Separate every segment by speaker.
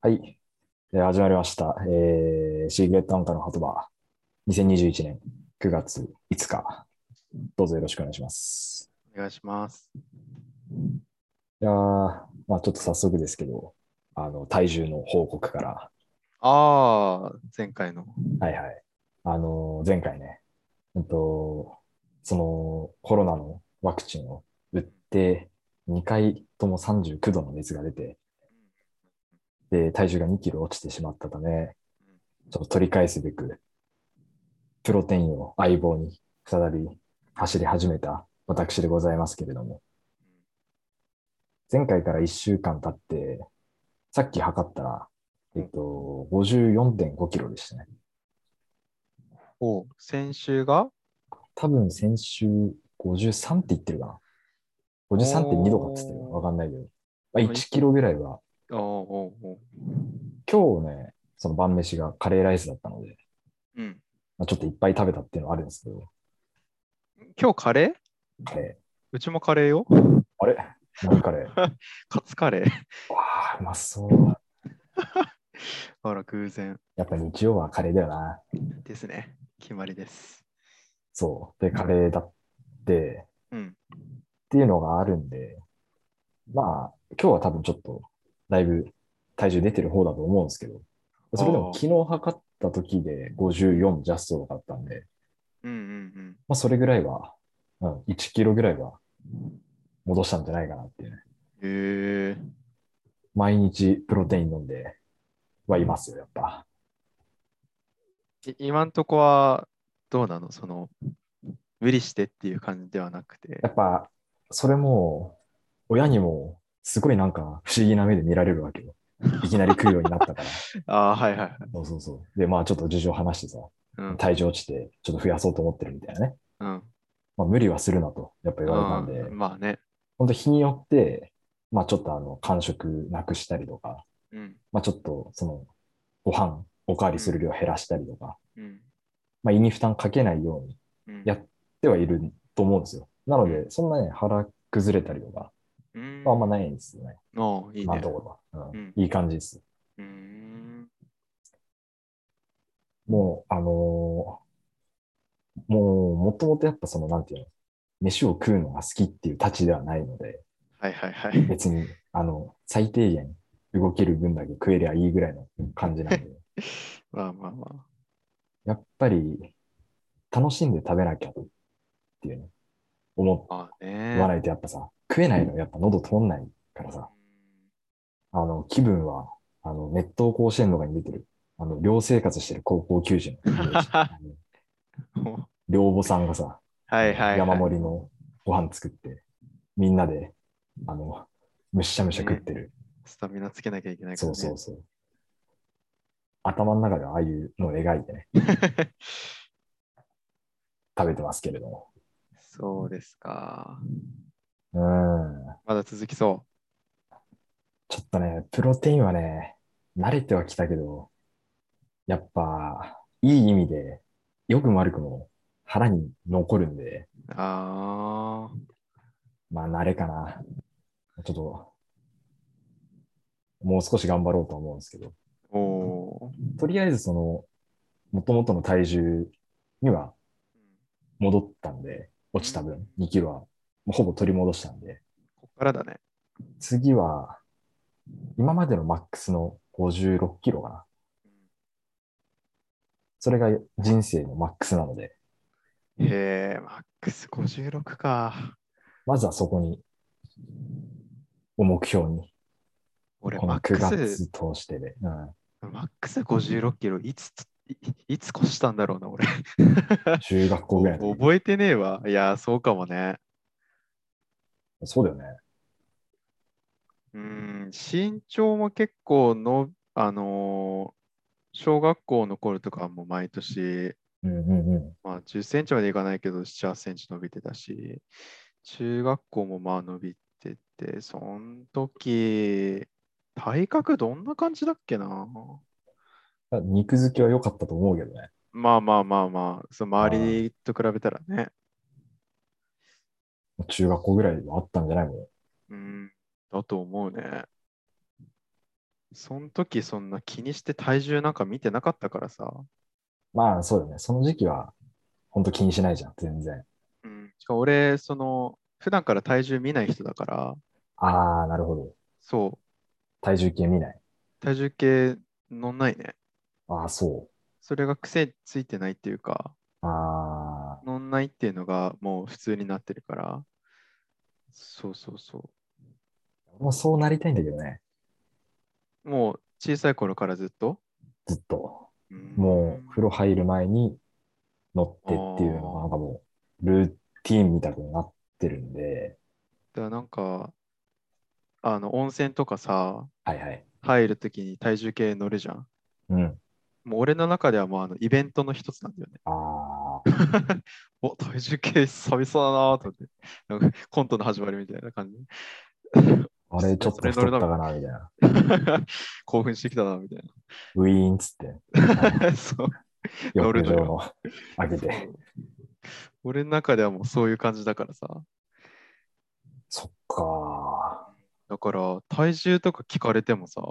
Speaker 1: はい。えー始まりました。えーシークレットアンタの言葉、2021年9月5日。どうぞよろしくお願いします。
Speaker 2: お願いします。
Speaker 1: いやーまあちょっと早速ですけど、あの、体重の報告から。
Speaker 2: ああ、前回の。
Speaker 1: はいはい。あのー、前回ね、うんと、そのコロナのワクチンを打って、2回とも39度の熱が出て、で、体重が2キロ落ちてしまったため、ちょっと取り返すべく、プロテインを相棒に再び走り始めた私でございますけれども、前回から1週間経って、さっき測ったら、えっと、54.5キロでしたね。
Speaker 2: おう先週が
Speaker 1: 多分先週53って言ってるかな。53.2度かって言ってるかな
Speaker 2: おー
Speaker 1: わかんないけど。まあ、
Speaker 2: まあいい
Speaker 1: 1キロぐらいは、
Speaker 2: おうおうおう
Speaker 1: 今日ね、その晩飯がカレーライスだったので、
Speaker 2: うん。
Speaker 1: まあ、ちょっといっぱい食べたっていうのはあるんですけど、
Speaker 2: 今日カレー
Speaker 1: カレー。
Speaker 2: うちもカレーよ。
Speaker 1: あれ何カレーわ
Speaker 2: カツカレー。
Speaker 1: あ、うまそう。
Speaker 2: あら、偶然
Speaker 1: やっぱ日曜はカレーだよな。
Speaker 2: ですね。決まりです。
Speaker 1: そう。で、カレーだって、
Speaker 2: うん。
Speaker 1: っていうのがあるんで、まあ、今日は多分ちょっと、だいぶ体重出てる方だと思うんですけど、それでも
Speaker 2: あー
Speaker 1: 昨日測った時で54ジャストだったんで、
Speaker 2: うんうん
Speaker 1: まあ、それぐらいは、うん、1キロぐらいは戻したんじゃないかなっていうね。
Speaker 2: うん。へえ
Speaker 1: 毎日プロテイン飲んではいますよ、やっぱ。
Speaker 2: い今んとこはどうなのその、無理してっていう感じではなくて
Speaker 1: や。っぱ、それも、親にも、すごいなんか不思議な目で見られるわけ よ。いきなり食うようになったから。
Speaker 2: ああ、はいはいはい。
Speaker 1: そうそうそう。で、まあちょっと事情話してさ、
Speaker 2: うん。
Speaker 1: 体重落ちて、ちょっと増やそうと思ってるみたいなね。
Speaker 2: うん。
Speaker 1: まあ無理はするなと、やっぱ言われたん
Speaker 2: う
Speaker 1: で、
Speaker 2: んまあね。
Speaker 1: 本当日によって、まあちょっとあの、間食なくしたりとか、
Speaker 2: うん。
Speaker 1: まあちょっとその、ご飯、おかわりする量減らしたりとか、
Speaker 2: うん。
Speaker 1: まあ胃に負担かけないように
Speaker 2: うん
Speaker 1: やってはいると思うんですよ。なの
Speaker 2: う
Speaker 1: で、そんなね、腹崩れたりとか、
Speaker 2: うん。
Speaker 1: まああんまないんですよね。
Speaker 2: おういい
Speaker 1: 今
Speaker 2: ね
Speaker 1: の。ところは、う
Speaker 2: うんん。
Speaker 1: いい感じです。
Speaker 2: うーん。
Speaker 1: もう、あのーもう、もともとやっぱその、なんていうの、飯を食うのが好きっていうたちではないので、
Speaker 2: はいはいはい。
Speaker 1: 別に、あの、最低限動ける分だけ食えりゃいいぐらいの感じなん で、
Speaker 2: まあまあま
Speaker 1: やっぱり、楽しんで食べなきゃっていうね、思
Speaker 2: あ。まあ
Speaker 1: わ
Speaker 2: ね。
Speaker 1: ないとやっぱさ、食えないのやっぱ喉通んないからさ、あの、気分は、あの、熱湯甲子園とかに出てる、あの、寮生活してる高校球児のイメー ジあの
Speaker 2: もう
Speaker 1: 寮母さんがさ、
Speaker 2: はいはい、はい。
Speaker 1: 山盛りのご飯作って、みんなで、あの、むしゃむしゃ食ってる。
Speaker 2: スタミナつけなきゃいけないから、
Speaker 1: そう
Speaker 2: ね。
Speaker 1: そうそう。頭の中ではああいうのを描いてね、食べてますけれども。
Speaker 2: そうですか。
Speaker 1: うん。
Speaker 2: まだ続きそ
Speaker 1: ちょっとね、プロテインはね、慣れてはきたけど、やっぱ、いい意味で、良くも悪くも腹に残るんで、
Speaker 2: う。ああ。
Speaker 1: まあ慣れかな。ちょっと、もう少し頑張ろうとは思うんですけど。
Speaker 2: おお
Speaker 1: とりあえずその、元々の体重には
Speaker 2: ー。
Speaker 1: 戻ったんで、落ちた分、2キロはもうほぼ取り戻したんで、
Speaker 2: こっからだね。
Speaker 1: 次は、今までのマックスの56キロかな。それが人生のマックスなので、
Speaker 2: へえ、マックス56か。
Speaker 1: まずはそこに、を目標に、
Speaker 2: 俺、
Speaker 1: こ
Speaker 2: マ
Speaker 1: の
Speaker 2: ック
Speaker 1: 9
Speaker 2: ス、
Speaker 1: 月通してで、うん、
Speaker 2: マックス56キロ、いつつ、いいつ越したんだろう な、俺。
Speaker 1: 中学校ぐらいの時
Speaker 2: 覚えてねえわ。いや、そうかもね。
Speaker 1: そうだよね。
Speaker 2: うん、身長も結構の、あのー小学校の頃とかはもう毎年、
Speaker 1: うんうんうん。
Speaker 2: まあ、10センチまでいかないけど、7、8センチ伸びてたし、中学校もまあ伸びてて、その時、体格どんな感じだっけな
Speaker 1: だから肉付きは良かったと思うけどね。
Speaker 2: まあまあまあまあ、その周りと比べたらね。
Speaker 1: 中学校ぐらいはあったんじゃないの
Speaker 2: うん、だと思うね。その時そんな気にして体重なんか見てなかったからさ。
Speaker 1: まあ、そうだね。その時期は、本当気にしないじゃん、全然。
Speaker 2: うん、しかも俺、その、普段から体重見ない人だから、
Speaker 1: ああ、なるほど。
Speaker 2: そ
Speaker 1: 体重計見ない。
Speaker 2: う、体重計乗んないね。
Speaker 1: ああ、そ
Speaker 2: それが癖ついてないっていうか、
Speaker 1: う。ああ、
Speaker 2: 乗んないっていうのがもう普通になってるから、そうそうそ
Speaker 1: 俺もそうなりたいんだけどね。
Speaker 2: う。もう小さい頃からずっと、
Speaker 1: ずっと。
Speaker 2: うん
Speaker 1: もう、風呂入る前に乗ってっていうのが、なんかもう、ルーティーンみたくなってるんで、
Speaker 2: だからなんか、あの、温泉とかさ、
Speaker 1: はいはい。
Speaker 2: 入るときに体重計乗るじゃん。
Speaker 1: うん。
Speaker 2: もう俺の中ではもうあのイベントの一つなんだよね。
Speaker 1: あ
Speaker 2: お、体重計久々だなと思って。なんかコントの始まりみたいな感じ。
Speaker 1: あ、あれちょっと太ったかな、みたいな。
Speaker 2: 興奮してきたなみたい
Speaker 1: ウィーンっつって、
Speaker 2: な。 そう乗る
Speaker 1: 浴
Speaker 2: の
Speaker 1: 場
Speaker 2: よ
Speaker 1: の上げて。
Speaker 2: そう俺の中ではもうそういう感じだからさ。
Speaker 1: そっか
Speaker 2: だから体重とか聞かれてもさ、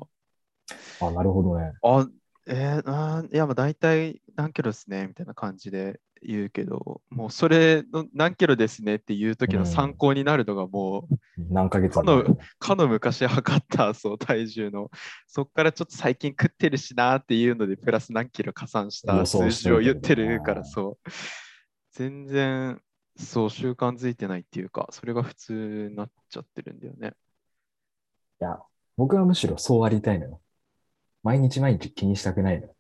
Speaker 1: ー。あ、なるほどね。
Speaker 2: あ、えー、なんいやまあ大体何キロですねみたいな感じで言うけど、もうそれの何キロですねっていう時
Speaker 1: う
Speaker 2: の
Speaker 1: ん
Speaker 2: 参考になるのがもう、
Speaker 1: 何ヶ月も
Speaker 2: 今かの昔測ったそう体重のそこからちょっと最近食ってるしなっていうのでプラス何キロ加算した
Speaker 1: 予想
Speaker 2: 数
Speaker 1: して
Speaker 2: 字
Speaker 1: る
Speaker 2: を
Speaker 1: けど
Speaker 2: 言ってるから
Speaker 1: な
Speaker 2: そう全然そう習慣づいてないっていうかそれが普通になっちゃってるんだよね
Speaker 1: いや、僕はむしろそうありたいのよ。毎日毎日気にしたくない のよ。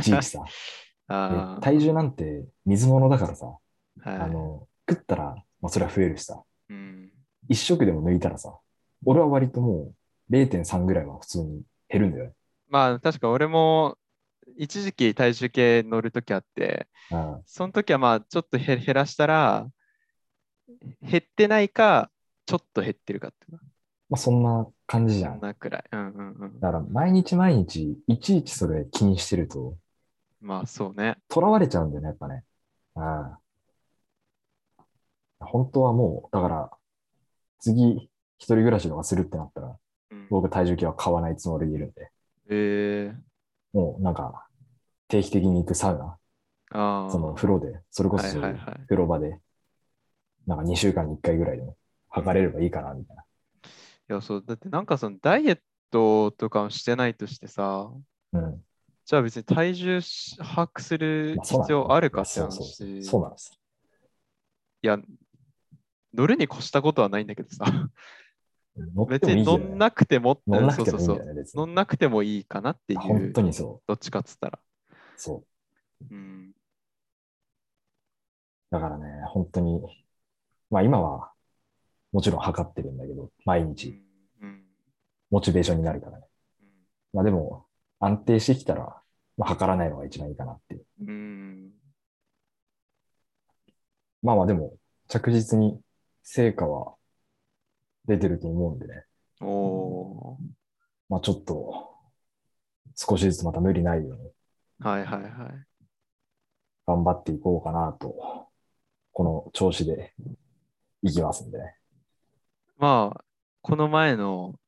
Speaker 1: いちいちさ。
Speaker 2: あ
Speaker 1: で
Speaker 2: ー
Speaker 1: 体重なんて水物だからさ、 あ
Speaker 2: はい
Speaker 1: の、食ったら、まあ、それは増えるしさ、
Speaker 2: うん
Speaker 1: 一食でも抜いたらさ、俺は割ともう0.3ぐらいは普通に減るんだよね。
Speaker 2: まあ確か俺も一時期体重計乗るときあって
Speaker 1: うん
Speaker 2: その時はまあちょっと減減らしたら減ってないかちょっと減ってるかっていうか
Speaker 1: まあ、そんな感じじゃ
Speaker 2: そん
Speaker 1: ん。
Speaker 2: なくらいうんうんうん
Speaker 1: だから毎日毎日、いちいちそれ気にしてると、
Speaker 2: まあそうね。
Speaker 1: 囚われちゃうんだよね、やっぱね。うん。本当はもう、だから、次、一人暮らしとかするってなったら、
Speaker 2: うん
Speaker 1: 僕体重計は買わないつもりでいるんで、
Speaker 2: えー、
Speaker 1: もうなんか、定期的に行くサウナ、
Speaker 2: ああ。
Speaker 1: その風呂で、それこそ
Speaker 2: はいはいはい。
Speaker 1: 風呂場で、なんか2週間に1回ぐらいでも測れればいいかな、みたい
Speaker 2: いや、そう、だってなんかそのダイエットとかをしてないとしてさ、
Speaker 1: な。うん。
Speaker 2: じゃあ別に体重し把握する
Speaker 1: まあ、そうなん
Speaker 2: 必
Speaker 1: だよ
Speaker 2: 要あるかって
Speaker 1: そう
Speaker 2: 話。
Speaker 1: そうそう。
Speaker 2: い
Speaker 1: そうなんです。
Speaker 2: や、乗るに越したことはないんだけどさ、
Speaker 1: 乗って
Speaker 2: 別
Speaker 1: もい
Speaker 2: に
Speaker 1: いよ
Speaker 2: 乗
Speaker 1: ね
Speaker 2: んなくてもって、
Speaker 1: 乗んなくて
Speaker 2: そう
Speaker 1: もいい
Speaker 2: そうんそ
Speaker 1: だ
Speaker 2: う
Speaker 1: よね、別
Speaker 2: 乗
Speaker 1: に。
Speaker 2: んなくてもいいかなってい
Speaker 1: 本
Speaker 2: う
Speaker 1: 当、にそ
Speaker 2: どっちかっつったら。
Speaker 1: う。そう。
Speaker 2: うん。
Speaker 1: だからね、本当に、まあ今は、もちろん測ってるんだけど、毎日、
Speaker 2: うん。
Speaker 1: モチベーションになるからね。まあでも、安定してきたら、まあ測らないのが一番いいかなっていう。
Speaker 2: うん。うん。
Speaker 1: まあまあでも、着実に成果は出てると思うんでね。
Speaker 2: お
Speaker 1: まあちょっと、少しずつまた無理ないように
Speaker 2: ー。はいはいはい。
Speaker 1: 頑張っていこうかなと、この調子でいきますんでね。
Speaker 2: まあ、この前の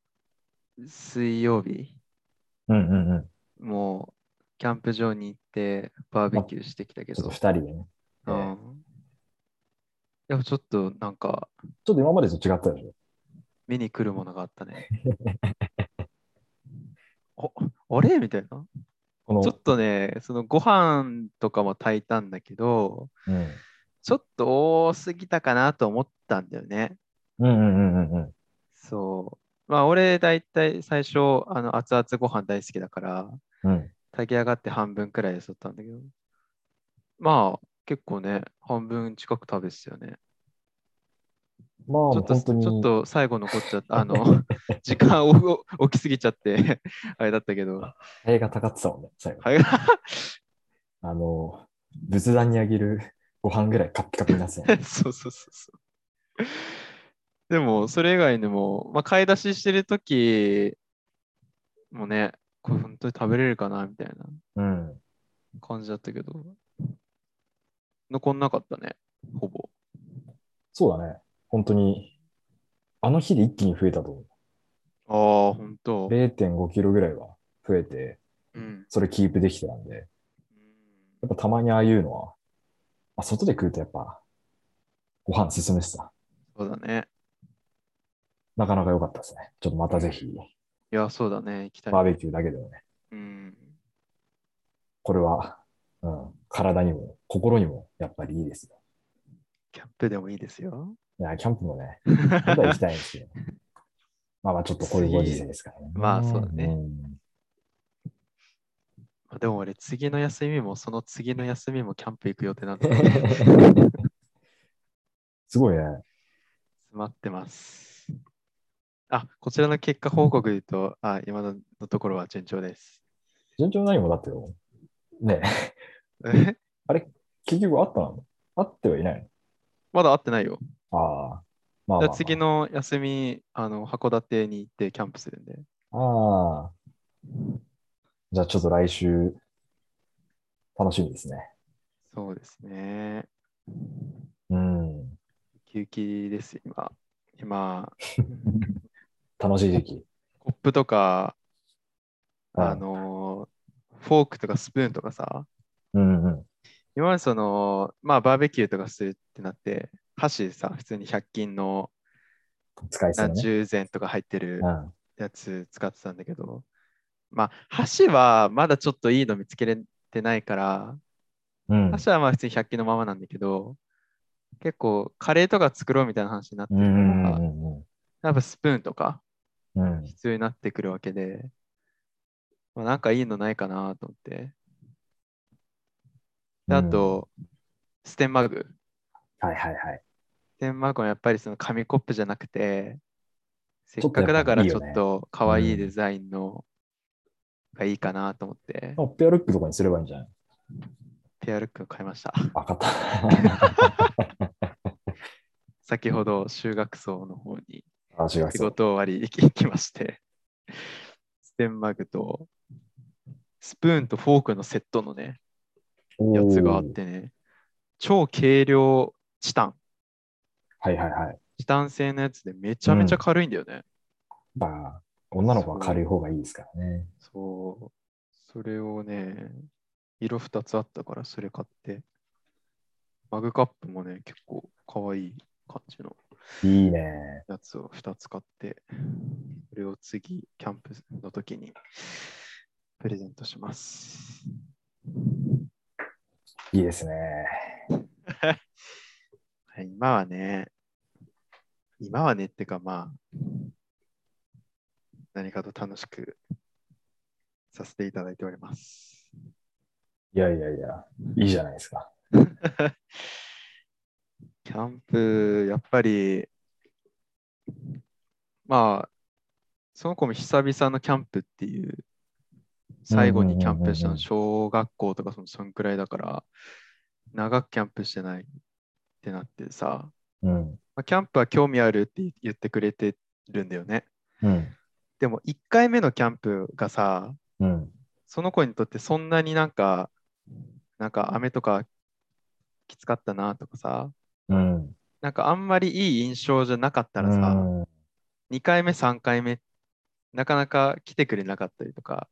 Speaker 2: 水曜日
Speaker 1: うんうんうん。
Speaker 2: もうキャンプ場に行ってバーベキューしてきたけ
Speaker 1: ちょっと
Speaker 2: ど、
Speaker 1: 二人でね。え
Speaker 2: う
Speaker 1: ー
Speaker 2: ん、やっぱちょっとなんか
Speaker 1: ちょっと今までと違ったでしょ
Speaker 2: 目に来るものがあっ たね。おあれみたいな。
Speaker 1: この
Speaker 2: ちょっとね、そのご飯とかも炊いたんだけど、
Speaker 1: うん
Speaker 2: ちょっと多すぎたかなと思ったんだよね。
Speaker 1: うんうんうんうんうん。
Speaker 2: そう。まあ俺大体最初あの熱々ご飯大好きだから、
Speaker 1: うん。
Speaker 2: 炊き上がって半分くらいで剃ったんだけど、まあ結構ね、半分近く食べてたよね。
Speaker 1: まあ、
Speaker 2: ちょっと
Speaker 1: 本当に。
Speaker 2: ちょっと最後残っちゃ った、あの、 時間を 置きすぎちゃって、 あれだったけど、
Speaker 1: 映画たかってたもんね、最後。
Speaker 2: はい、
Speaker 1: あの、仏壇にあげるご飯ぐらいカッピカピになってたもんね
Speaker 2: そうそうそうそう。でも、それ以外にも、まあ、買い出ししてるときもね、これ本当に食べれるかなみたいな
Speaker 1: うん。
Speaker 2: 感じだったけど、残んなかったね、ほぼ。
Speaker 1: そうだね。本当に、あの日で一気に増えたと思う。
Speaker 2: ああ、本と、
Speaker 1: 0.5キロぐらいは増えて、
Speaker 2: うん。
Speaker 1: それキープできてたんで、やっぱたまにああいうのは、まあ、外で食うとやっぱ、ご飯進むしさ、
Speaker 2: そうだね。
Speaker 1: なかなか良かったですね。ちょっとまたぜひ、
Speaker 2: いや、そうだね。行きたい。
Speaker 1: バーベキューだけでもね、
Speaker 2: うん。
Speaker 1: これは、うん、体にも心にもやっぱりいいですね。
Speaker 2: キャンプでもいいですよ。
Speaker 1: いや、キャンプもね、まだ行きたいんですけ ど。まあまあ、ちょっとこういうご時世ですからね。
Speaker 2: まあそうだね
Speaker 1: ん
Speaker 2: まあでも俺、次の休みも、その次の休みもキャンプ行く予定なん で、
Speaker 1: すごいね。
Speaker 2: 詰まってます。あ、こちらの結果報告で言うと、あ、今のところは順調です。
Speaker 1: 順調何もだってよ。ねえ
Speaker 2: え
Speaker 1: 結局あったのあってはいない
Speaker 2: まだ会ってないよ。
Speaker 1: のああ。まあまあ、ま
Speaker 2: じゃ
Speaker 1: あ
Speaker 2: あ次。の休み、あの、函館に行ってキャンプするんで。
Speaker 1: ああ。じゃあちょっと来週、楽しみですね。
Speaker 2: そうですね。
Speaker 1: うん。
Speaker 2: ウキウキです、今。今、
Speaker 1: 楽しい時期。
Speaker 2: コップとか、
Speaker 1: うん
Speaker 2: あのー、フォークとかスプーンとかさ、
Speaker 1: うんうん。
Speaker 2: 今までその、まあ、バーベキューとかするってなって、箸さ、普通に100均の
Speaker 1: 使いそう
Speaker 2: 何
Speaker 1: ね。
Speaker 2: 十膳とか入ってる
Speaker 1: うん。
Speaker 2: やつ使ってたんだけど、まあ、箸はまだちょっといいの見つけれてないから、
Speaker 1: うん。
Speaker 2: 箸はまあ普通に100均のままなんだけど、結構カレーとか作ろうみたいな話になって
Speaker 1: う
Speaker 2: る
Speaker 1: んう
Speaker 2: から、
Speaker 1: んうん
Speaker 2: やっぱスプーンとか
Speaker 1: うん。うん。
Speaker 2: 必要になってくるわけで、まあ、なんかいいのないかなと思って。であと、ステンマグ。
Speaker 1: はいはいはい。
Speaker 2: ステンマグはやっぱりその紙コップじゃなくて、せ
Speaker 1: ちょ
Speaker 2: っ
Speaker 1: っと
Speaker 2: か
Speaker 1: やっぱ
Speaker 2: くだから
Speaker 1: いい
Speaker 2: ち
Speaker 1: よ
Speaker 2: ょ
Speaker 1: ね
Speaker 2: っと可愛
Speaker 1: う
Speaker 2: い
Speaker 1: ん
Speaker 2: デザインのがいいかなと思って、
Speaker 1: まあペアルックとかにすればいいんじゃない
Speaker 2: ペアルックを買いました。
Speaker 1: わ かった。
Speaker 2: 先ほど修学層の方に
Speaker 1: あ、違う
Speaker 2: 仕。事終わり行きまして、ステンマグとスプーンとフォークのセットのね、やつがあっ
Speaker 1: おー。
Speaker 2: てね、超軽量チタン、
Speaker 1: はいはいはい。
Speaker 2: チタン製のやつでめちゃめちゃ軽いんだよね。
Speaker 1: まあ、女の子は軽い方がいいですからね。
Speaker 2: そう、それをね、色2つあったからそれ買って、マグカップもね、結構可愛い感じの
Speaker 1: いいね。
Speaker 2: やつを2つ買って、それを次、キャンプの時にプレゼントします。
Speaker 1: いいですね。
Speaker 2: はい今はね、今はねってかまあ、何かと楽しくさせていただいております。
Speaker 1: いやいやいや、いいじゃないですか。
Speaker 2: キャンプ、やっぱり、まあ、その子も久々のキャンプっていう、最後にキャンプした
Speaker 1: うんうんうんうん
Speaker 2: の、小学校とかそのそんくらいだから、長くキャンプしてないってなってさ、
Speaker 1: うん。
Speaker 2: まあ、キャンプは興味あるって言ってくれてるんだよね。
Speaker 1: うん。
Speaker 2: でも1回目のキャンプがさ、
Speaker 1: うん。
Speaker 2: その子にとってそんなになんか、なんか雨とかきつかったなとかさ、
Speaker 1: うん。
Speaker 2: なんかあんまりいい印象じゃなかったらさ、
Speaker 1: うん
Speaker 2: 2回目、3回目、なかなか来てくれなかったりとか、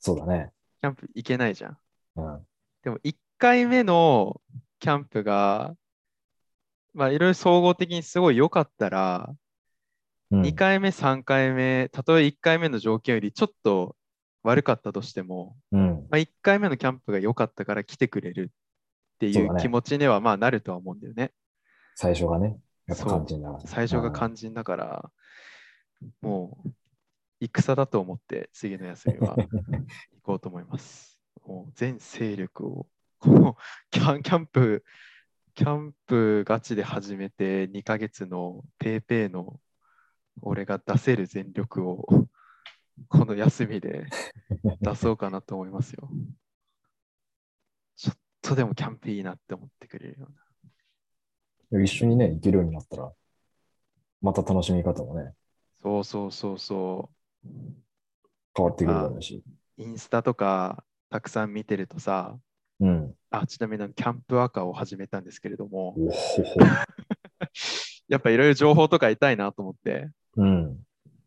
Speaker 1: そうだね。
Speaker 2: キャンプ行けないじゃん。
Speaker 1: うん。
Speaker 2: でも1回目のキャンプが、まあいろいろ総合的にすごい良かったら、
Speaker 1: うん
Speaker 2: 2回目、3回目、たとえ1回目の条件よりちょっと悪かったとしても、
Speaker 1: うん。
Speaker 2: まあ、1回目のキャンプが良かったから来てくれるってい
Speaker 1: そうだ
Speaker 2: う
Speaker 1: ね
Speaker 2: 気持ちにはまあなるとは思うんだよね。
Speaker 1: 最初がね、やっぱ肝心だから。
Speaker 2: 最初が肝心だから、もう戦だと思って次の休みは行こうと思います。もう全勢力を、この キャンキャンプ、キャンプガチで始めて2ヶ月のペーペーの俺が出せる全力をこの休みで出そうかなと思いますよ。ちょっとでもキャンプいいなって思ってくれるような。
Speaker 1: うん一緒にね、行けるようになったら、また楽しみ方もね、
Speaker 2: そうそうそうそう。
Speaker 1: 変わってくるだろうし。
Speaker 2: インスタとかたくさん見てるとさ、
Speaker 1: うん。
Speaker 2: あちなみにキャンプアカを始めたんですけれども、
Speaker 1: おほほ。
Speaker 2: やっぱいろいろ情報とか得たいなと思って、
Speaker 1: うん。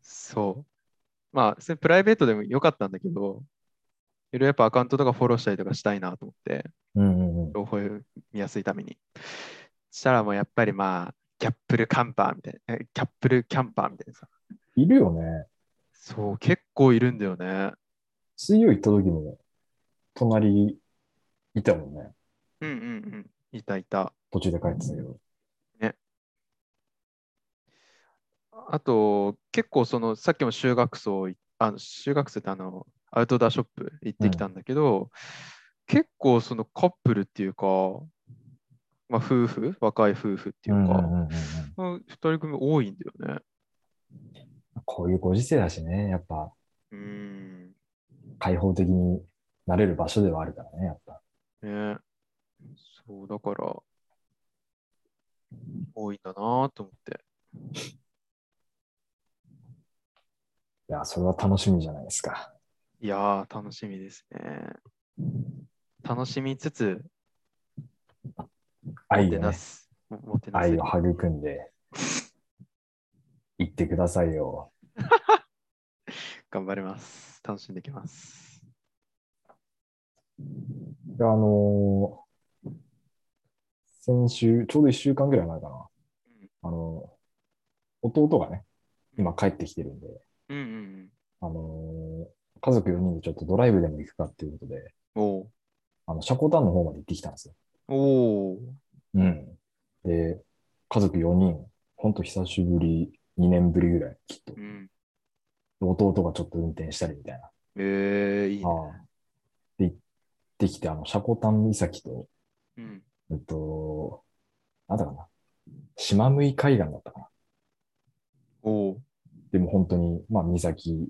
Speaker 2: そう、まあ、それプライベートでもよかったんだけど、いろいろやっぱアカウントとかフォローしたりとかしたいなと思って、
Speaker 1: うんうんうん。
Speaker 2: 情報を見やすいために。したらもうやっぱりまあ、キャップルカンパーみたいな、えキャップルキャンパーみたいなさ。
Speaker 1: いるよね。
Speaker 2: そう、結構いるんだよね。
Speaker 1: 水曜行った時も、隣いたもんね。
Speaker 2: うんうんうん。いたいた。
Speaker 1: 途中で帰ってたけど。
Speaker 2: あと、結構その、さっきも修学層い、あの修学生ってあの、アウトドアショップ行ってきたんだけど、結構そのカップルっていうか、まあ、夫婦、若い夫婦っていうか、
Speaker 1: んうんうんうん
Speaker 2: うん二人組多いんだよね。
Speaker 1: こういうご時世だしね、やっぱ
Speaker 2: うん。
Speaker 1: 開放的になれる場所ではあるからね、やっぱ。
Speaker 2: ね。そう、だから、多いんだなと思って。
Speaker 1: いや、それは楽しみじゃないですか。
Speaker 2: いやー、楽しみですね。楽しみつつ、
Speaker 1: 愛
Speaker 2: もて
Speaker 1: を、
Speaker 2: な
Speaker 1: ね、
Speaker 2: す。ももてなす
Speaker 1: 愛を育んで、行ってくださいよ。
Speaker 2: 頑張ります。楽しんできます。
Speaker 1: であのー先週、ちょうど1週間ぐらい前かな。あのー弟がね、今帰ってきてるんで、
Speaker 2: うんうんうん。
Speaker 1: あのー家族4人でちょっとドライブでも行くかっていうことで、
Speaker 2: おう
Speaker 1: あの、シャコタンの方まで行ってきたんですよ。
Speaker 2: おう
Speaker 1: うん。で、家族4人、ほんと久しぶり、2年ぶりぐらい、きっと。
Speaker 2: うん。
Speaker 1: 弟がちょっと運転したりみたいな。
Speaker 2: えー、いいね。
Speaker 1: ああで、行ってきて、あの、シャコタン岬と、
Speaker 2: うん。
Speaker 1: えっと、なんだかな。島向い海岸だったかな。
Speaker 2: おう
Speaker 1: でも本当に、まあ、岬、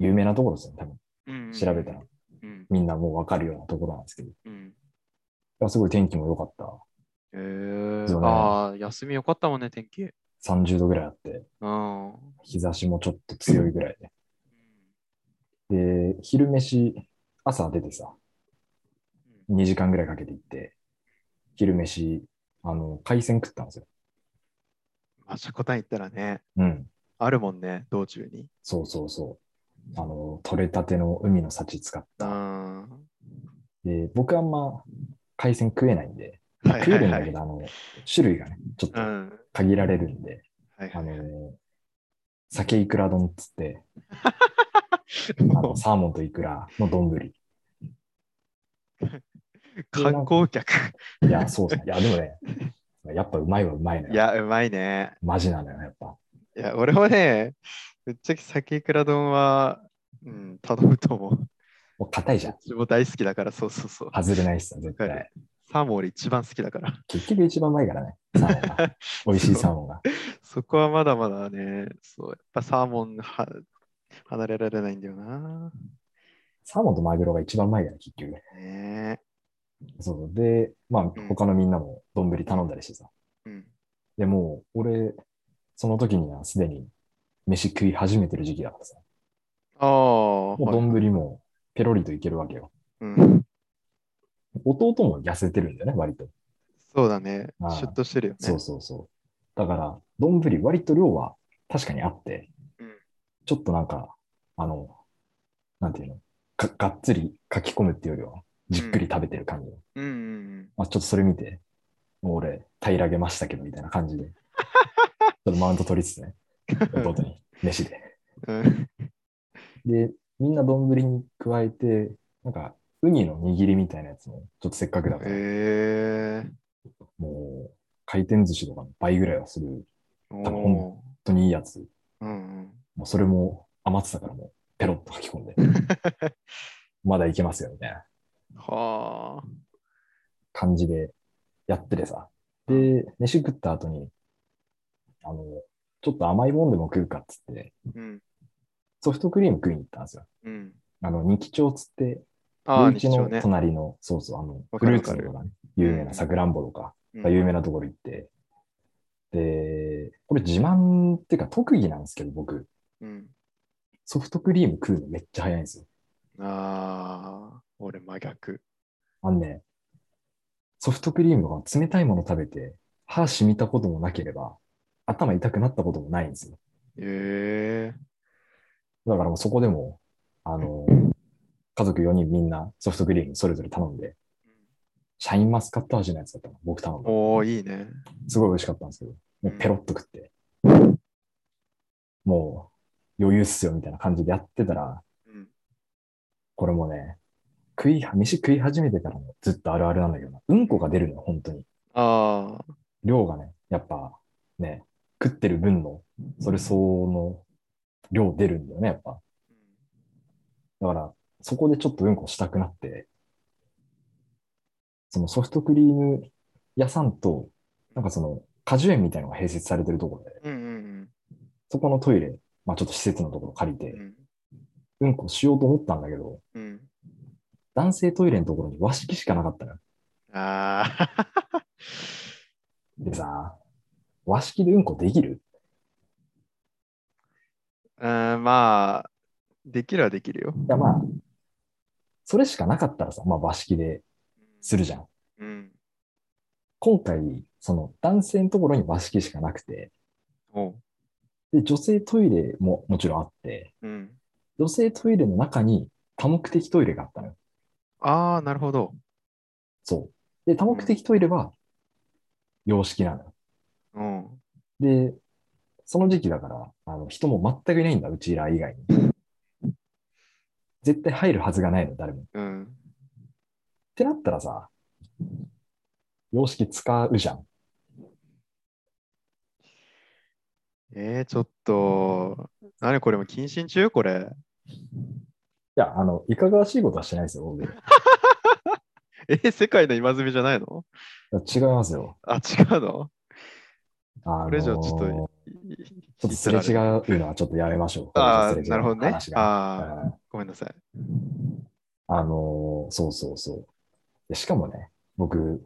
Speaker 1: 有名なところですよね、多分。
Speaker 2: うんうんうん
Speaker 1: 調べたら。
Speaker 2: うん。
Speaker 1: みんなもうわかるようなところなんですけど。い
Speaker 2: うん。
Speaker 1: やすごい天気も良かった。
Speaker 2: えー、
Speaker 1: そうね
Speaker 2: ああ、休みよかったもんね、天気。
Speaker 1: 30度ぐらいあって、
Speaker 2: うん。
Speaker 1: 日差しもちょっと強いぐらいで。で、昼飯、朝出てさ、2時間ぐらいかけて行って、昼飯、あの、海鮮食ったんですよ。
Speaker 2: まあ、シャコタン行ったらね、
Speaker 1: うん。
Speaker 2: あるもんね、道中に。
Speaker 1: そうそうそう。あの、取れたての海の幸使っ
Speaker 2: う
Speaker 1: た。
Speaker 2: ん。は
Speaker 1: で、僕あんま海鮮食えないんで、
Speaker 2: い
Speaker 1: 食えるん
Speaker 2: は
Speaker 1: だけ
Speaker 2: いはい。
Speaker 1: ど、あの、種類がね、ちょっ
Speaker 2: う
Speaker 1: と
Speaker 2: ん。
Speaker 1: 限られるんで、
Speaker 2: はいは
Speaker 1: あ
Speaker 2: い
Speaker 1: の
Speaker 2: は
Speaker 1: ー
Speaker 2: い。
Speaker 1: 鮭イクラ丼っつって、 あ
Speaker 2: も
Speaker 1: のサーモンとイクラの丼。いう
Speaker 2: 観光客。
Speaker 1: や、そうですね。いや、でもね、やっぱうまいはうまいの
Speaker 2: い
Speaker 1: よ。
Speaker 2: や、うまいね。
Speaker 1: マジなのよ、やっぱ。
Speaker 2: いや、俺もね、ぶっちゃけ酒いくら丼は、うん、頼むと思う。
Speaker 1: もう硬いじゃん。
Speaker 2: 私も大好きだから、そうそうそう。
Speaker 1: 外れないっすよ、絶
Speaker 2: は
Speaker 1: 対
Speaker 2: い。サーモン俺一番好きだから。
Speaker 1: 結局一番うまいからね、サーモンが。美味しいサーモンが。
Speaker 2: そこはまだまだね、そう、やっぱサーモンは離れられないんだよな。
Speaker 1: サーモンとマグロが一番うまいから、結局。
Speaker 2: ね
Speaker 1: そう。で、まあ、他のみんなも丼頼んだりしてさ。
Speaker 2: え。うん。
Speaker 1: でもう、俺、その時にはすでに飯食い始めてる時期だからさ。
Speaker 2: ああ、
Speaker 1: もう
Speaker 2: はい
Speaker 1: 丼もペロリといけるわけよ。
Speaker 2: うん。
Speaker 1: 弟も痩せてるんだよね、割と。
Speaker 2: そうだね
Speaker 1: あ。ー
Speaker 2: シュッとしてるよね。
Speaker 1: そうそうそう。だから、丼割と量は確かにあって、
Speaker 2: うん
Speaker 1: ちょっとなんか、あの、なんていうの、かがっつり書き込むっていうよりは、じっくり食べてる感じ。
Speaker 2: う んうん
Speaker 1: まあ、ちょっとそれ見て、もう俺、平らげましたけど、みたいな感じで。ちょっとマウント取りつつね、弟に、飯で。
Speaker 2: うん。うん。
Speaker 1: で、みんな丼に加えて、なんか、ウニの握りみたいなやつも、ちょっとせっかくだから、
Speaker 2: ええ
Speaker 1: もう、回転寿司とかの倍ぐらいはする、本
Speaker 2: ー。
Speaker 1: 多分
Speaker 2: お
Speaker 1: 当にいいやつ
Speaker 2: ーうんうん。
Speaker 1: もうそれも余ってたからもうペロッと書き込んで、まだいけますよみたいな
Speaker 2: はあ。
Speaker 1: 感じでやっててさ。で、飯食った後に、あの、ちょっと甘いもんでも食うかっつって、
Speaker 2: うん。
Speaker 1: ソフトクリーム食いに行ったんですよ。
Speaker 2: うん。
Speaker 1: あの、日記町つって、
Speaker 2: ああ、
Speaker 1: 夜市
Speaker 2: 日曜
Speaker 1: の
Speaker 2: ね。
Speaker 1: 隣の、そうそう、あの、フ
Speaker 2: わか
Speaker 1: ル
Speaker 2: る
Speaker 1: ーツ
Speaker 2: わかる
Speaker 1: とかね、有名なさくらんぼとか、
Speaker 2: うん
Speaker 1: 有名なところ行って、で、これ自慢っていうか特技なんですけど、僕、
Speaker 2: うん。
Speaker 1: ソフトクリーム食うのめっちゃ早いんですよ。
Speaker 2: ああ、俺真逆。
Speaker 1: あのね、ソフトクリームとか冷たいもの食べて、歯染みたこともなければ、頭痛くなったこともないんですよ。
Speaker 2: ええ
Speaker 1: だからもうそこでも、あの、家族4人みんなソフトクリームそれぞれ頼んで、シャインマスカット味のやつだったの、僕頼んだ。
Speaker 2: おお、いいね。
Speaker 1: すごい美味しかったんですけど、もうペロッと食って、もう余裕っすよみたいな感じでやってたら、
Speaker 2: うん、
Speaker 1: これもね、食い、飯食い始めてからもずっとあるあるなんだけどな、うんこが出るのよ、本当に。
Speaker 2: ああ、
Speaker 1: 量がね、やっぱね、食ってる分の、それ相応の量出るんだよね、やっぱ。だから、そこでちょっとうんこしたくなって、そのソフトクリーム屋さんと、なんかその果樹園みたいなのが併設されてるところで、
Speaker 2: うんうん
Speaker 1: そこのトイレ、まあちょっと施設のところ借り
Speaker 2: うんう
Speaker 1: て、う
Speaker 2: ん
Speaker 1: んこしようと思ったんだけど、
Speaker 2: うん。
Speaker 1: 男性トイレのところに和式しかなかったのよ。
Speaker 2: ああ、
Speaker 1: でさ、和式でうんこできる
Speaker 2: うん、まあ、できるはできるよ。
Speaker 1: いやまあ、それしかなかったらさ、まあ和式でするじゃん。
Speaker 2: うん。
Speaker 1: 今回、その男性のところに和式しかなくて、
Speaker 2: おう。
Speaker 1: で、女性トイレももちろんあって、
Speaker 2: うん。
Speaker 1: 女性トイレの中に多目的トイレがあったのよ。
Speaker 2: ああ、なるほど。
Speaker 1: そう。で、多目的トイレは洋式なのよ。
Speaker 2: うん。
Speaker 1: で、その時期だから、あの人も全くいないんだ、うちら以外に。絶対入るはずがないの、誰も。っ
Speaker 2: うん。
Speaker 1: てなったらさ、洋式使うじゃん。
Speaker 2: えー、ちょっと、何これも謹慎中これ。
Speaker 1: いや、あの、いかがわしいことはしてないですよ、僕。い
Speaker 2: えー、世界の今済みじゃないの
Speaker 1: や違いますよ。
Speaker 2: あ、違うの
Speaker 1: あのー
Speaker 2: これ以上ちょっと
Speaker 1: ちょっとすれ違うのはちょっとやめましょう。
Speaker 2: ああ、
Speaker 1: これ以上すれ違う
Speaker 2: なるほどね。
Speaker 1: 話が
Speaker 2: ああ、
Speaker 1: うん
Speaker 2: ごめんなさい。
Speaker 1: あのーそうそうそうで。しかもね、僕、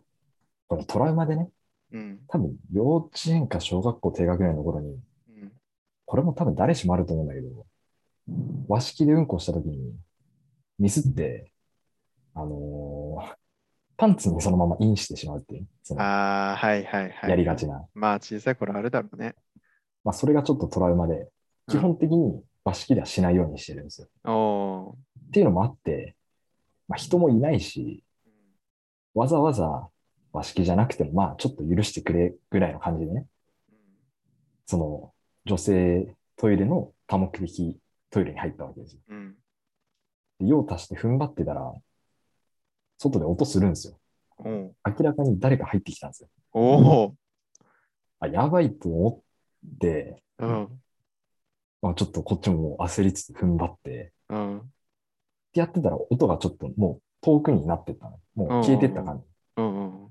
Speaker 1: このトラウマでね、
Speaker 2: うん。
Speaker 1: 多分幼稚園か小学校低学年の頃に、
Speaker 2: うん
Speaker 1: これも多分誰しもあると思うんだけど、和式でうんこした時に、ミスって、あのーパンツにそのままインしてしまうっていう、その
Speaker 2: ああ、はいはいはい。
Speaker 1: やりがちな。
Speaker 2: まあ、小さい頃あるだろうね。
Speaker 1: まあ、それがちょっとトラウマで、基本的に和式ではしないようにしてるんですよ。
Speaker 2: おお
Speaker 1: っていうのもあって、まあ、人もいないし、
Speaker 2: ー。
Speaker 1: わざわざ和式じゃなくても、まあ、ちょっと許してくれぐらいの感じでね、その女性トイレの多目的トイレに入ったわけですよ。
Speaker 2: うん。うん。
Speaker 1: で用足して踏ん張ってたら、外で音するんですよ。
Speaker 2: おう
Speaker 1: 明らかに誰か入ってきたんですよ。
Speaker 2: おう。
Speaker 1: あ、やばいと思って、
Speaker 2: うん。
Speaker 1: まあ、ちょっとこっちももう焦りつつ踏ん張って、
Speaker 2: うん。
Speaker 1: ってやってたら音がちょっともう遠くになってったの。もう消えてった感じ。
Speaker 2: うん。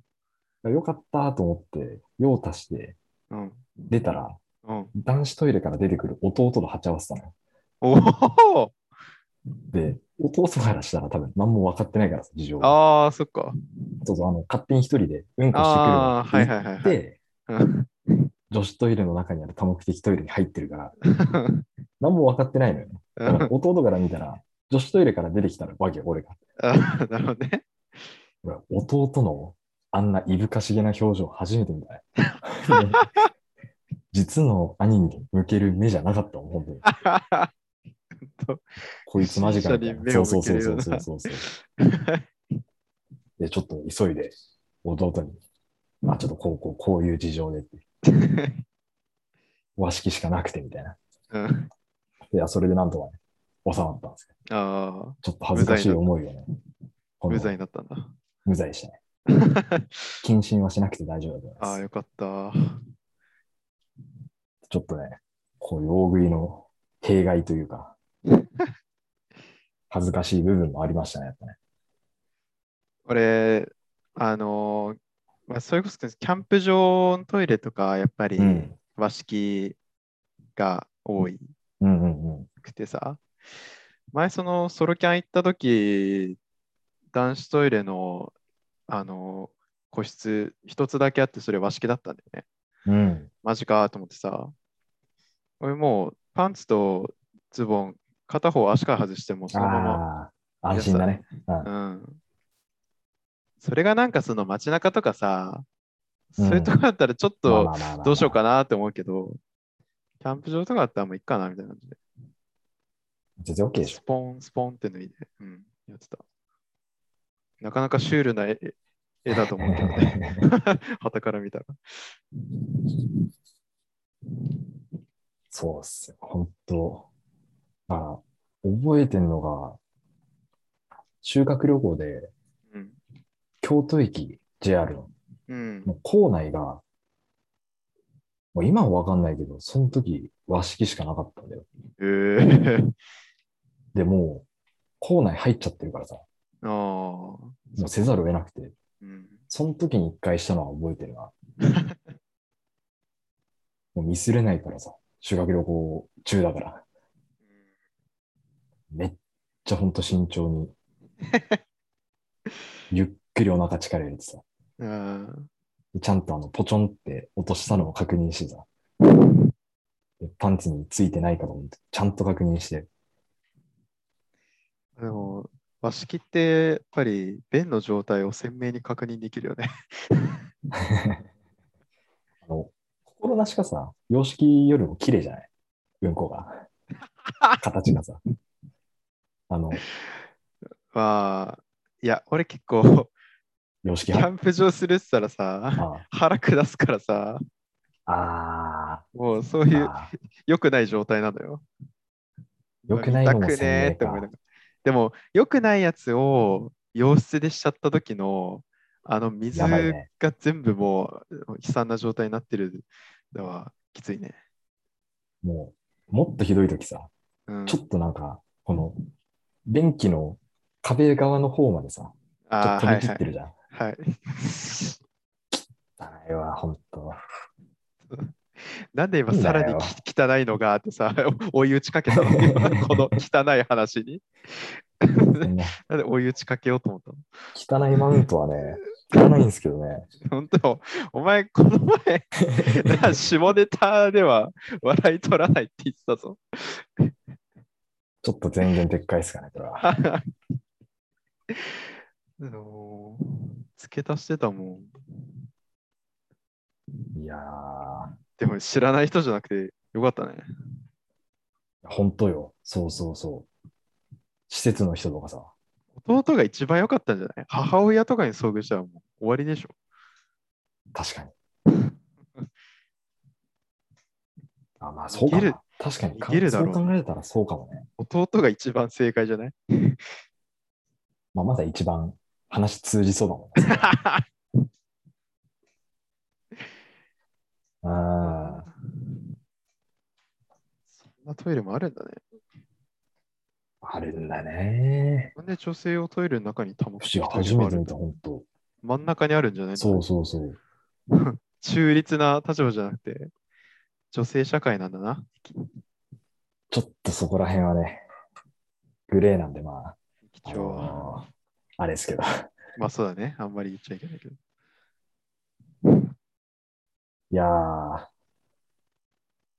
Speaker 2: うん。
Speaker 1: よかったと思って、用足して
Speaker 2: うん。
Speaker 1: 出たら、
Speaker 2: うん。
Speaker 1: 男子トイレから出てくる弟と鉢合わせたのよ。
Speaker 2: おお。
Speaker 1: で、弟からしたら多分何も分かってないからさ、事情が。
Speaker 2: ああ、そっか。
Speaker 1: そうそう、あの、勝手に一人でうんこしてくるわ
Speaker 2: ああー、はいはいは
Speaker 1: っ
Speaker 2: いはい。
Speaker 1: て、
Speaker 2: うん
Speaker 1: 女子トイレの中にある多目的トイレに入ってるから、何も分かってないのよね。だから弟から見たら、女子トイレから出てきたらわけよ、俺が。
Speaker 2: あなるほどね。
Speaker 1: 俺弟のあんないぶかしげな表情初めて見たね。 実の兄に向ける目じゃなかったもん、本当に。こいつマジかみたい
Speaker 2: 不審者に
Speaker 1: な。そうそう
Speaker 2: 目を向け
Speaker 1: そうそう
Speaker 2: るような
Speaker 1: そうそうそう。で、ちょっと急いで、弟に、まあちょっとこうこう、こういう事情でって、和式しかなくてみたいな。
Speaker 2: うん
Speaker 1: いや、それでなんとかね、収まったんですけど、
Speaker 2: あ
Speaker 1: ちょっと恥ずかしい思いをね、
Speaker 2: あ、
Speaker 1: この
Speaker 2: 無罪になったんだ。
Speaker 1: 無罪してね、謹慎はしなくて大丈夫だと思い
Speaker 2: あ
Speaker 1: ま
Speaker 2: あ、
Speaker 1: す。
Speaker 2: よかった。
Speaker 1: ちょっとね、こういう大食いの弊害という か、恥ずかしい部分もありましたね、やっぱね。
Speaker 2: 俺、あのーまあ、それこそキャンプ場のトイレとか、やっぱり
Speaker 1: うん
Speaker 2: 和式が多い
Speaker 1: うんうんうん。
Speaker 2: くてさ、前そのソロキャン行った時、男子トイレの、あのー個室一つだけあって、それ和式だったんだよね。
Speaker 1: うん。
Speaker 2: マジかと思ってさ、俺もうパンツとズボン、片方足から外してもそのま
Speaker 1: ああ、安心だね。
Speaker 2: ま。うん。それがなんかその街中とかさ、そういうとこだったらちょっとどうしよう
Speaker 1: か。
Speaker 2: かなって思うけど、キャンプ場とかだったらもういっかなみたいな感じで。
Speaker 1: 全然 OK でし
Speaker 2: スポン、スポンって脱いで、うん、やってた。なかなかシュールな絵絵だと
Speaker 1: ょ。
Speaker 2: 思うけど ね。旗から見たら。
Speaker 1: そうっすよ。本当だから、覚えてんのが、修学旅行で
Speaker 2: うん。
Speaker 1: 京都駅 JR の
Speaker 2: うん。
Speaker 1: もう校内が、もう今はわかんないけど、その時和式しかなかったんだよ。
Speaker 2: えー、
Speaker 1: でもう、校内入っちゃってるからさ、
Speaker 2: ああ。そ
Speaker 1: もうせざるを得なくて、
Speaker 2: うん。
Speaker 1: その時に一回したのは覚えてるな。もうミスれないからさ、修学旅行中だから、めっちゃほんと慎重に、ゆっくりお腹力入れてさ、
Speaker 2: あ
Speaker 1: ちゃんとあの、ポチョンって落としたのを確認してさ、でパンツについてないかと思って、ちゃんと確認して、
Speaker 2: あ。でも、和式ってやっぱり便の状態を鮮明に確認できるよね。
Speaker 1: あの、心なしかさ、様式よりも綺麗じゃないうんこ が。形がさ。あの、
Speaker 2: まあ、いや、俺結構、
Speaker 1: 様式
Speaker 2: キャ
Speaker 1: 派
Speaker 2: ンプ場するって言ったらさ、
Speaker 1: あ
Speaker 2: 腹下すからさ、
Speaker 1: あ
Speaker 2: もうそう
Speaker 1: ー
Speaker 2: いう
Speaker 1: あ
Speaker 2: 良くない状態なのよ。
Speaker 1: ー、よくないのも
Speaker 2: 痛くねー
Speaker 1: 鮮
Speaker 2: っ
Speaker 1: 明
Speaker 2: て思い
Speaker 1: か
Speaker 2: ながら。でも、良くないやつを洋室でしちゃった時の、あの水
Speaker 1: や
Speaker 2: が
Speaker 1: ばいね
Speaker 2: 全部もう悲惨な状態になってるのはきついね。
Speaker 1: もう、もっとひどい時さ、
Speaker 2: うん、
Speaker 1: ちょっとなんか、この、便器の壁側の方までさ、ちょ
Speaker 2: あ
Speaker 1: っ
Speaker 2: ー
Speaker 1: と飛
Speaker 2: はい
Speaker 1: び切
Speaker 2: は
Speaker 1: って
Speaker 2: い。
Speaker 1: るじゃん。
Speaker 2: はい、
Speaker 1: あれは本当。
Speaker 2: なんで今
Speaker 1: いいんだ
Speaker 2: さ
Speaker 1: よ
Speaker 2: らにき汚いのがあってさ、追い打ちかけたのこの汚い話に。
Speaker 1: みんな
Speaker 2: なんで追い打ちかけようと思ったの
Speaker 1: 汚いマウントはね、汚いんですけどね。
Speaker 2: 本当お前、この 前、な下ネタでは笑い取らないって言ってたぞ。
Speaker 1: ちょっと全然でっかいっすかね、これは。
Speaker 2: あのー付け足してたもん。
Speaker 1: いやー。
Speaker 2: でも知らない人じゃなくてよかったね。
Speaker 1: 本当よ。そうそうそう。施設の人とかさ、
Speaker 2: 弟が一番良かったんじゃない母親とかに遭遇したらもう終わりでしょ。
Speaker 1: 確かに。 あ、まあそうか
Speaker 2: いける
Speaker 1: な。確かにか
Speaker 2: いけるだ
Speaker 1: そ
Speaker 2: ろ
Speaker 1: う
Speaker 2: う
Speaker 1: 考えたらそうかもね。
Speaker 2: 弟が一番正解じゃない
Speaker 1: まあまだ一番話通じそうだもんね。 あ
Speaker 2: そんなトイレもあるんだね。
Speaker 1: あ、あるんだね。
Speaker 2: なんで女性をトイレの中に保っ
Speaker 1: 不思
Speaker 2: て
Speaker 1: 議、
Speaker 2: きた
Speaker 1: 初めて
Speaker 2: る
Speaker 1: 見た、本当。
Speaker 2: 真ん中にあるんじゃない
Speaker 1: そうそうそう。
Speaker 2: 中立な立場じゃなくて、女性社会なんだな。
Speaker 1: ちょっとそこら辺はね、グレーなんで、まあ、
Speaker 2: 貴
Speaker 1: あ
Speaker 2: 重は。
Speaker 1: のーあれですけど。
Speaker 2: まあそうだね。あんまり言っちゃいけないけど。
Speaker 1: いやー、っ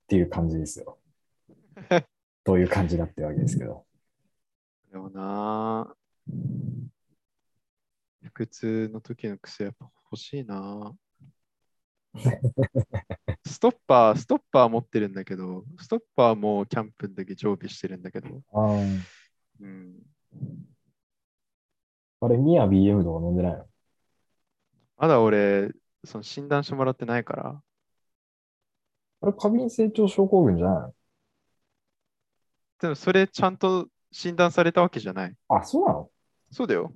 Speaker 1: ていう感じです よ。どういう感じだってわけですけど。
Speaker 2: でもなぁ腹痛の時の癖やっぱ欲しい なぁストッパー、ストッパー持ってるんだけど、ストッパーもキャンプの時常備してるんだけど、
Speaker 1: あー
Speaker 2: うん、
Speaker 1: あれ、ミア BM とか飲んでないの
Speaker 2: まだ俺、その診断してもらってないから、
Speaker 1: あれ、過敏性腸症候群じゃない
Speaker 2: でもそれちゃんと診断されたわけじゃない。
Speaker 1: のあ、そうなの
Speaker 2: そうだよ。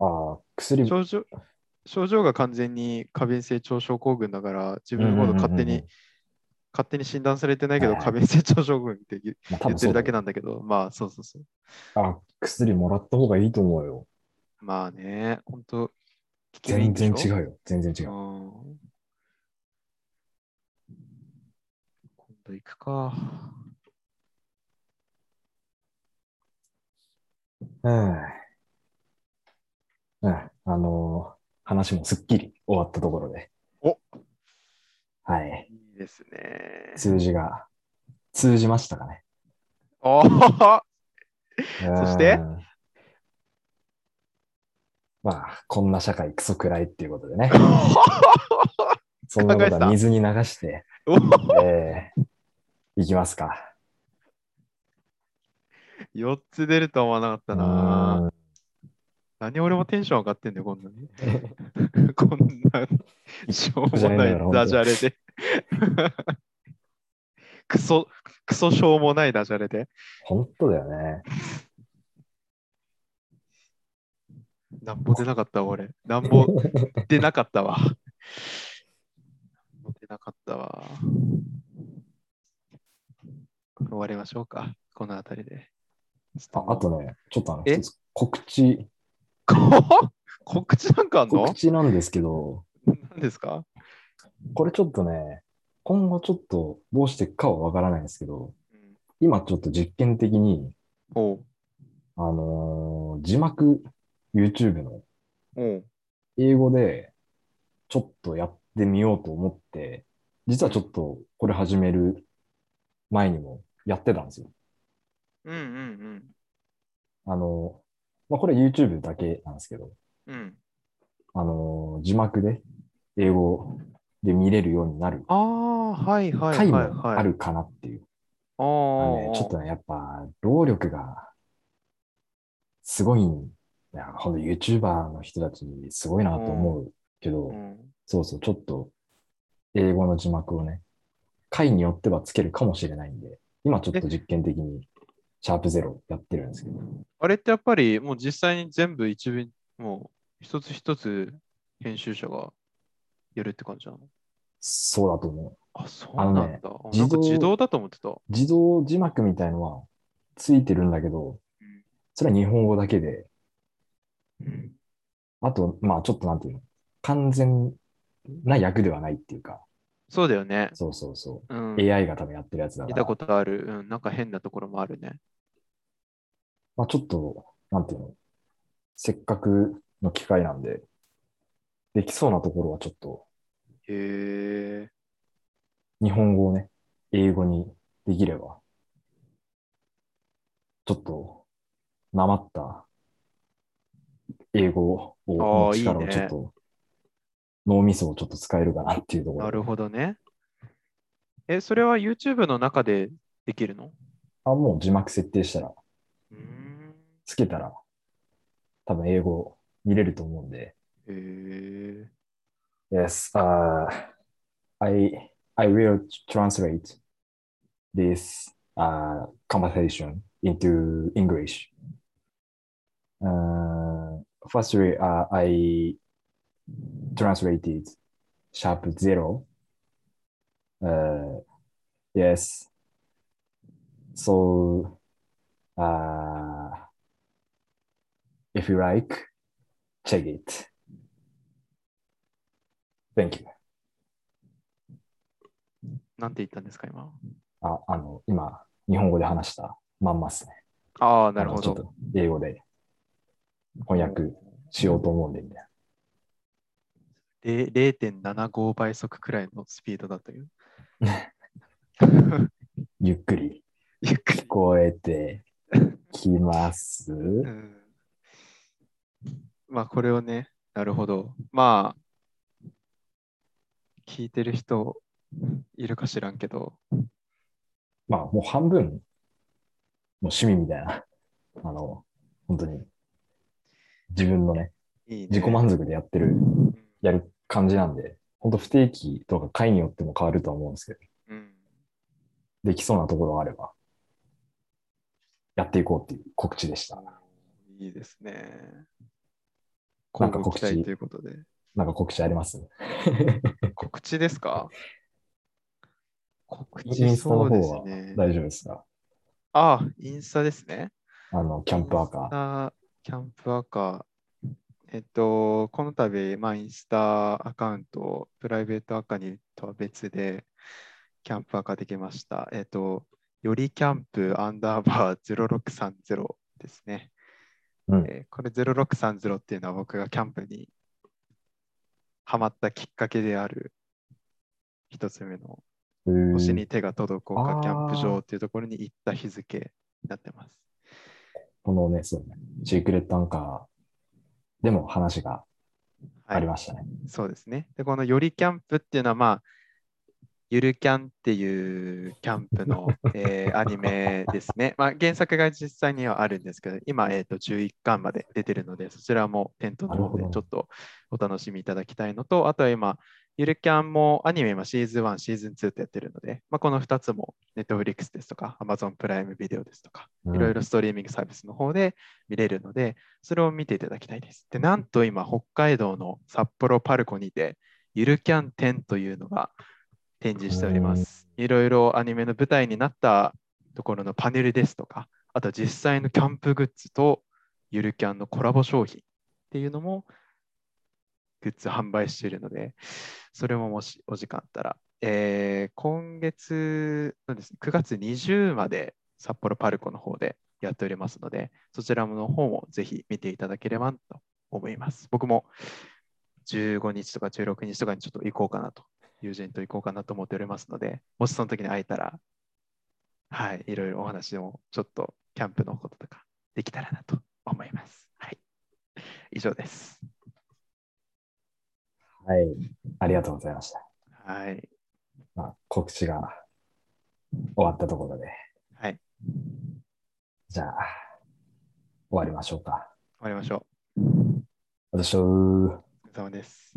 Speaker 1: ああ、薬、
Speaker 2: 症状症状が完全に過敏性腸症候群だから、自分のこと勝手
Speaker 1: うんうんうんう
Speaker 2: に
Speaker 1: ん、
Speaker 2: 勝手に診断されてないけど、
Speaker 1: はい
Speaker 2: 過敏性腸症候群って言う
Speaker 1: まあ、多
Speaker 2: 言
Speaker 1: 分
Speaker 2: って
Speaker 1: そう
Speaker 2: る
Speaker 1: だ
Speaker 2: だ
Speaker 1: け
Speaker 2: け
Speaker 1: だ。
Speaker 2: なんだけど、まあそうそうそう。
Speaker 1: あ、薬もらった方がいいと思うよ。
Speaker 2: まあね、本当
Speaker 1: 全然違うよ。全然違う。
Speaker 2: うん。今度行くか。
Speaker 1: うん。うん。あのー話もすっきり終わったところで。
Speaker 2: お
Speaker 1: はい。
Speaker 2: いいです ね。
Speaker 1: 数字が、通じましたかね。
Speaker 2: おー
Speaker 1: そ
Speaker 2: して
Speaker 1: まあ、こんな社会クソくらいっていうことでね。そん
Speaker 2: え
Speaker 1: な
Speaker 2: てた
Speaker 1: ことは水に流 して、
Speaker 2: お
Speaker 1: えーいきますか。
Speaker 2: 4つ出るとは思わなかったな。
Speaker 1: うん
Speaker 2: 何俺もテンション上がってんだよ、こんなに。 こんな、しょうもないダジャレで。 クソ、クソしょうもないダジャレで。
Speaker 1: 本当だよね。
Speaker 2: なんぼ出なかったわ、俺。なんぼ出なかったわ。なんぼ出なかったわ。終わりましょうか、このあたりで。
Speaker 1: ああとね、ちょっとあの、
Speaker 2: え
Speaker 1: 一つ告知、
Speaker 2: こ 告知なんかあん
Speaker 1: 告
Speaker 2: の
Speaker 1: 知なんですけど、
Speaker 2: 何ですか
Speaker 1: これちょっとね、今後ちょっとどうしていくかはわからないんですけど、
Speaker 2: うん
Speaker 1: 今ちょっと実験的に、
Speaker 2: おう
Speaker 1: あのー字幕、YouTube の
Speaker 2: おう
Speaker 1: 英語でちょっとやってみようと思って、実はちょっとこれ始める前にもやってたんですよ。
Speaker 2: うんうん
Speaker 1: あの、まあ、これ YouTube だけなんですけど、
Speaker 2: うん。うん。
Speaker 1: あの、字幕で英語で見れるようになる
Speaker 2: ああ、はいはいはい、
Speaker 1: 回
Speaker 2: はい。
Speaker 1: もあるかなっていう。
Speaker 2: あ
Speaker 1: あのね
Speaker 2: ー。
Speaker 1: ちょっとね、やっぱ労力がすごいんいや、ほんと YouTuber の人たちすごいなと思うけど、
Speaker 2: うん
Speaker 1: そうそう、ちょっと英語の字幕をね、回によってはつけるかもしれないんで、今ちょっと実験的にシャープゼロやってるんですけど、
Speaker 2: あれってやっぱりもう実際に全部一部、もう一つ一つ編集者がやるって感じなの
Speaker 1: そうだと思う。
Speaker 2: あ、そう
Speaker 1: あの
Speaker 2: なん
Speaker 1: ね
Speaker 2: だ。あ
Speaker 1: 自
Speaker 2: なんか
Speaker 1: 動
Speaker 2: 自動だと思ってた。
Speaker 1: 自動字幕みたいのはついてるんだけど
Speaker 2: うん、
Speaker 1: それは日本語だけで、あと、まあちょっとなんていうの、完全な役ではないっていうか、
Speaker 2: そうだよね。
Speaker 1: そうそうそうう、
Speaker 2: ん。
Speaker 1: AI が多分やってるやつだか
Speaker 2: 見
Speaker 1: ら
Speaker 2: た、ことある。うん。なんか変なところもあるね。
Speaker 1: まあちょっと、なんていうの、せっかくの機会なんで、できそうなところはちょっと
Speaker 2: へえ。
Speaker 1: 日本語をね、英語にできれば、ちょっと、なまった英語を、
Speaker 2: あ
Speaker 1: の
Speaker 2: ー
Speaker 1: 力を
Speaker 2: いいね
Speaker 1: ちょっと、脳みそをちょっと使えるかなっていうところ。
Speaker 2: なるほどね。え、それは YouTube の中でできるの
Speaker 1: あ、もう字幕設定したら、
Speaker 2: うーん。
Speaker 1: つけたら、多分英語見れると思うんで。
Speaker 2: へえ。
Speaker 1: Yes, uh, I, I will translate this uh, conversation into English. Uh, firstly, uh, I translated sharp zero. Uh, yes. So, uh, if you like, check it. Thank you.
Speaker 2: なんて言ったんですか、今。
Speaker 1: あ、あの、今、日本語で話したまんまっすね。
Speaker 2: ああ、なる
Speaker 1: あ
Speaker 2: ほ
Speaker 1: のちょ
Speaker 2: ど。
Speaker 1: っと英語で翻訳しようと思うんで、みたい
Speaker 2: で0.75倍速くらいのスピードだという。
Speaker 1: な。ゆっくり
Speaker 2: ゆっくり
Speaker 1: 聞。こえてき ます。
Speaker 2: うんまあこれをね、なるほど。まあ、聞いてる人いるか知らんけど、
Speaker 1: まあ、もう半分、もう趣味みたいな、あの、本当に、自分のね、
Speaker 2: いいね
Speaker 1: 自己満足でやってる、やる感じなんで、本当不定期とか回によっても変わるとは思うんですけど、
Speaker 2: うん
Speaker 1: できそうなところがあれば、やっていこうっていう告知でした。
Speaker 2: いいですね。
Speaker 1: な
Speaker 2: 今
Speaker 1: んか
Speaker 2: 後
Speaker 1: 告
Speaker 2: 期
Speaker 1: 知
Speaker 2: 待ということで。
Speaker 1: なんか告知あります
Speaker 2: 告知ですか告
Speaker 1: イン
Speaker 2: 知
Speaker 1: スタの
Speaker 2: そうです
Speaker 1: 方は
Speaker 2: ね。
Speaker 1: 大丈夫ですか
Speaker 2: ああ、インスタですね。
Speaker 1: あの、キャンプアカー。
Speaker 2: ー。キャンプアカー。えっと、この度、まあ、インスタアカウント、プライベートアカにとは別で、キャンプアカできました。えっと、よりキャンプアンダーバー0630ですね。
Speaker 1: うん
Speaker 2: えーこれ0630っていうのは僕がキャンプにハマったきっかけである一つ目の
Speaker 1: うーん
Speaker 2: 星に手が届こう
Speaker 1: あー
Speaker 2: かキャンプ場っていうところに行った日付になってます。
Speaker 1: このね、そうね、シークレットアンカーでも話がありましたね。
Speaker 2: そうですね。で、このよりキャンプっていうのは、まあ、ゆるキャンっていうキャンプ の、えーアニメですね。まあ、原作が実際にはあるんですけど、今、えー、と11巻まで出てるので、そちらも店頭の方
Speaker 1: なる
Speaker 2: で
Speaker 1: ほど
Speaker 2: ちょっとお楽しみいただきたいのと、あとは今、ゆるキャンもアニメ今シーズン1、シーズン2ってやってるので、まあ、この2つも Netflix ですとか Amazon プライムビデオですとか、いろいろストリーミングサービスの方で見れるので、それを見ていただきたいです。で、なんと今、北海道の札幌パルコにて、ゆるキャン展というのが展示しております。いろいろアニメの舞台になったところのパネルですとか、あと実際のキャンプグッズとゆるキャンのコラボ商品っていうのもグッズ販売しているので、それももしお時間あったら、えー今月のです、ね、9月20まで札幌パルコの方でやっておりますので、そちらの方もぜひ見ていただければと思います。僕も15日とか16日とかにちょっと行こうかなと、友人と行こうかなと思っておりますので、もしその時に会えたら、はい、いろいろお話でもちょっとキャンプのこととかできたらなと思います。はい、以上です。
Speaker 1: はい。ありがとうございました。
Speaker 2: はい、
Speaker 1: まあ、告知が終わったところで、
Speaker 2: はい、
Speaker 1: じゃあ、終わりましょうか。
Speaker 2: 終わりましょ
Speaker 1: 私は、
Speaker 2: う。お疲れ様です。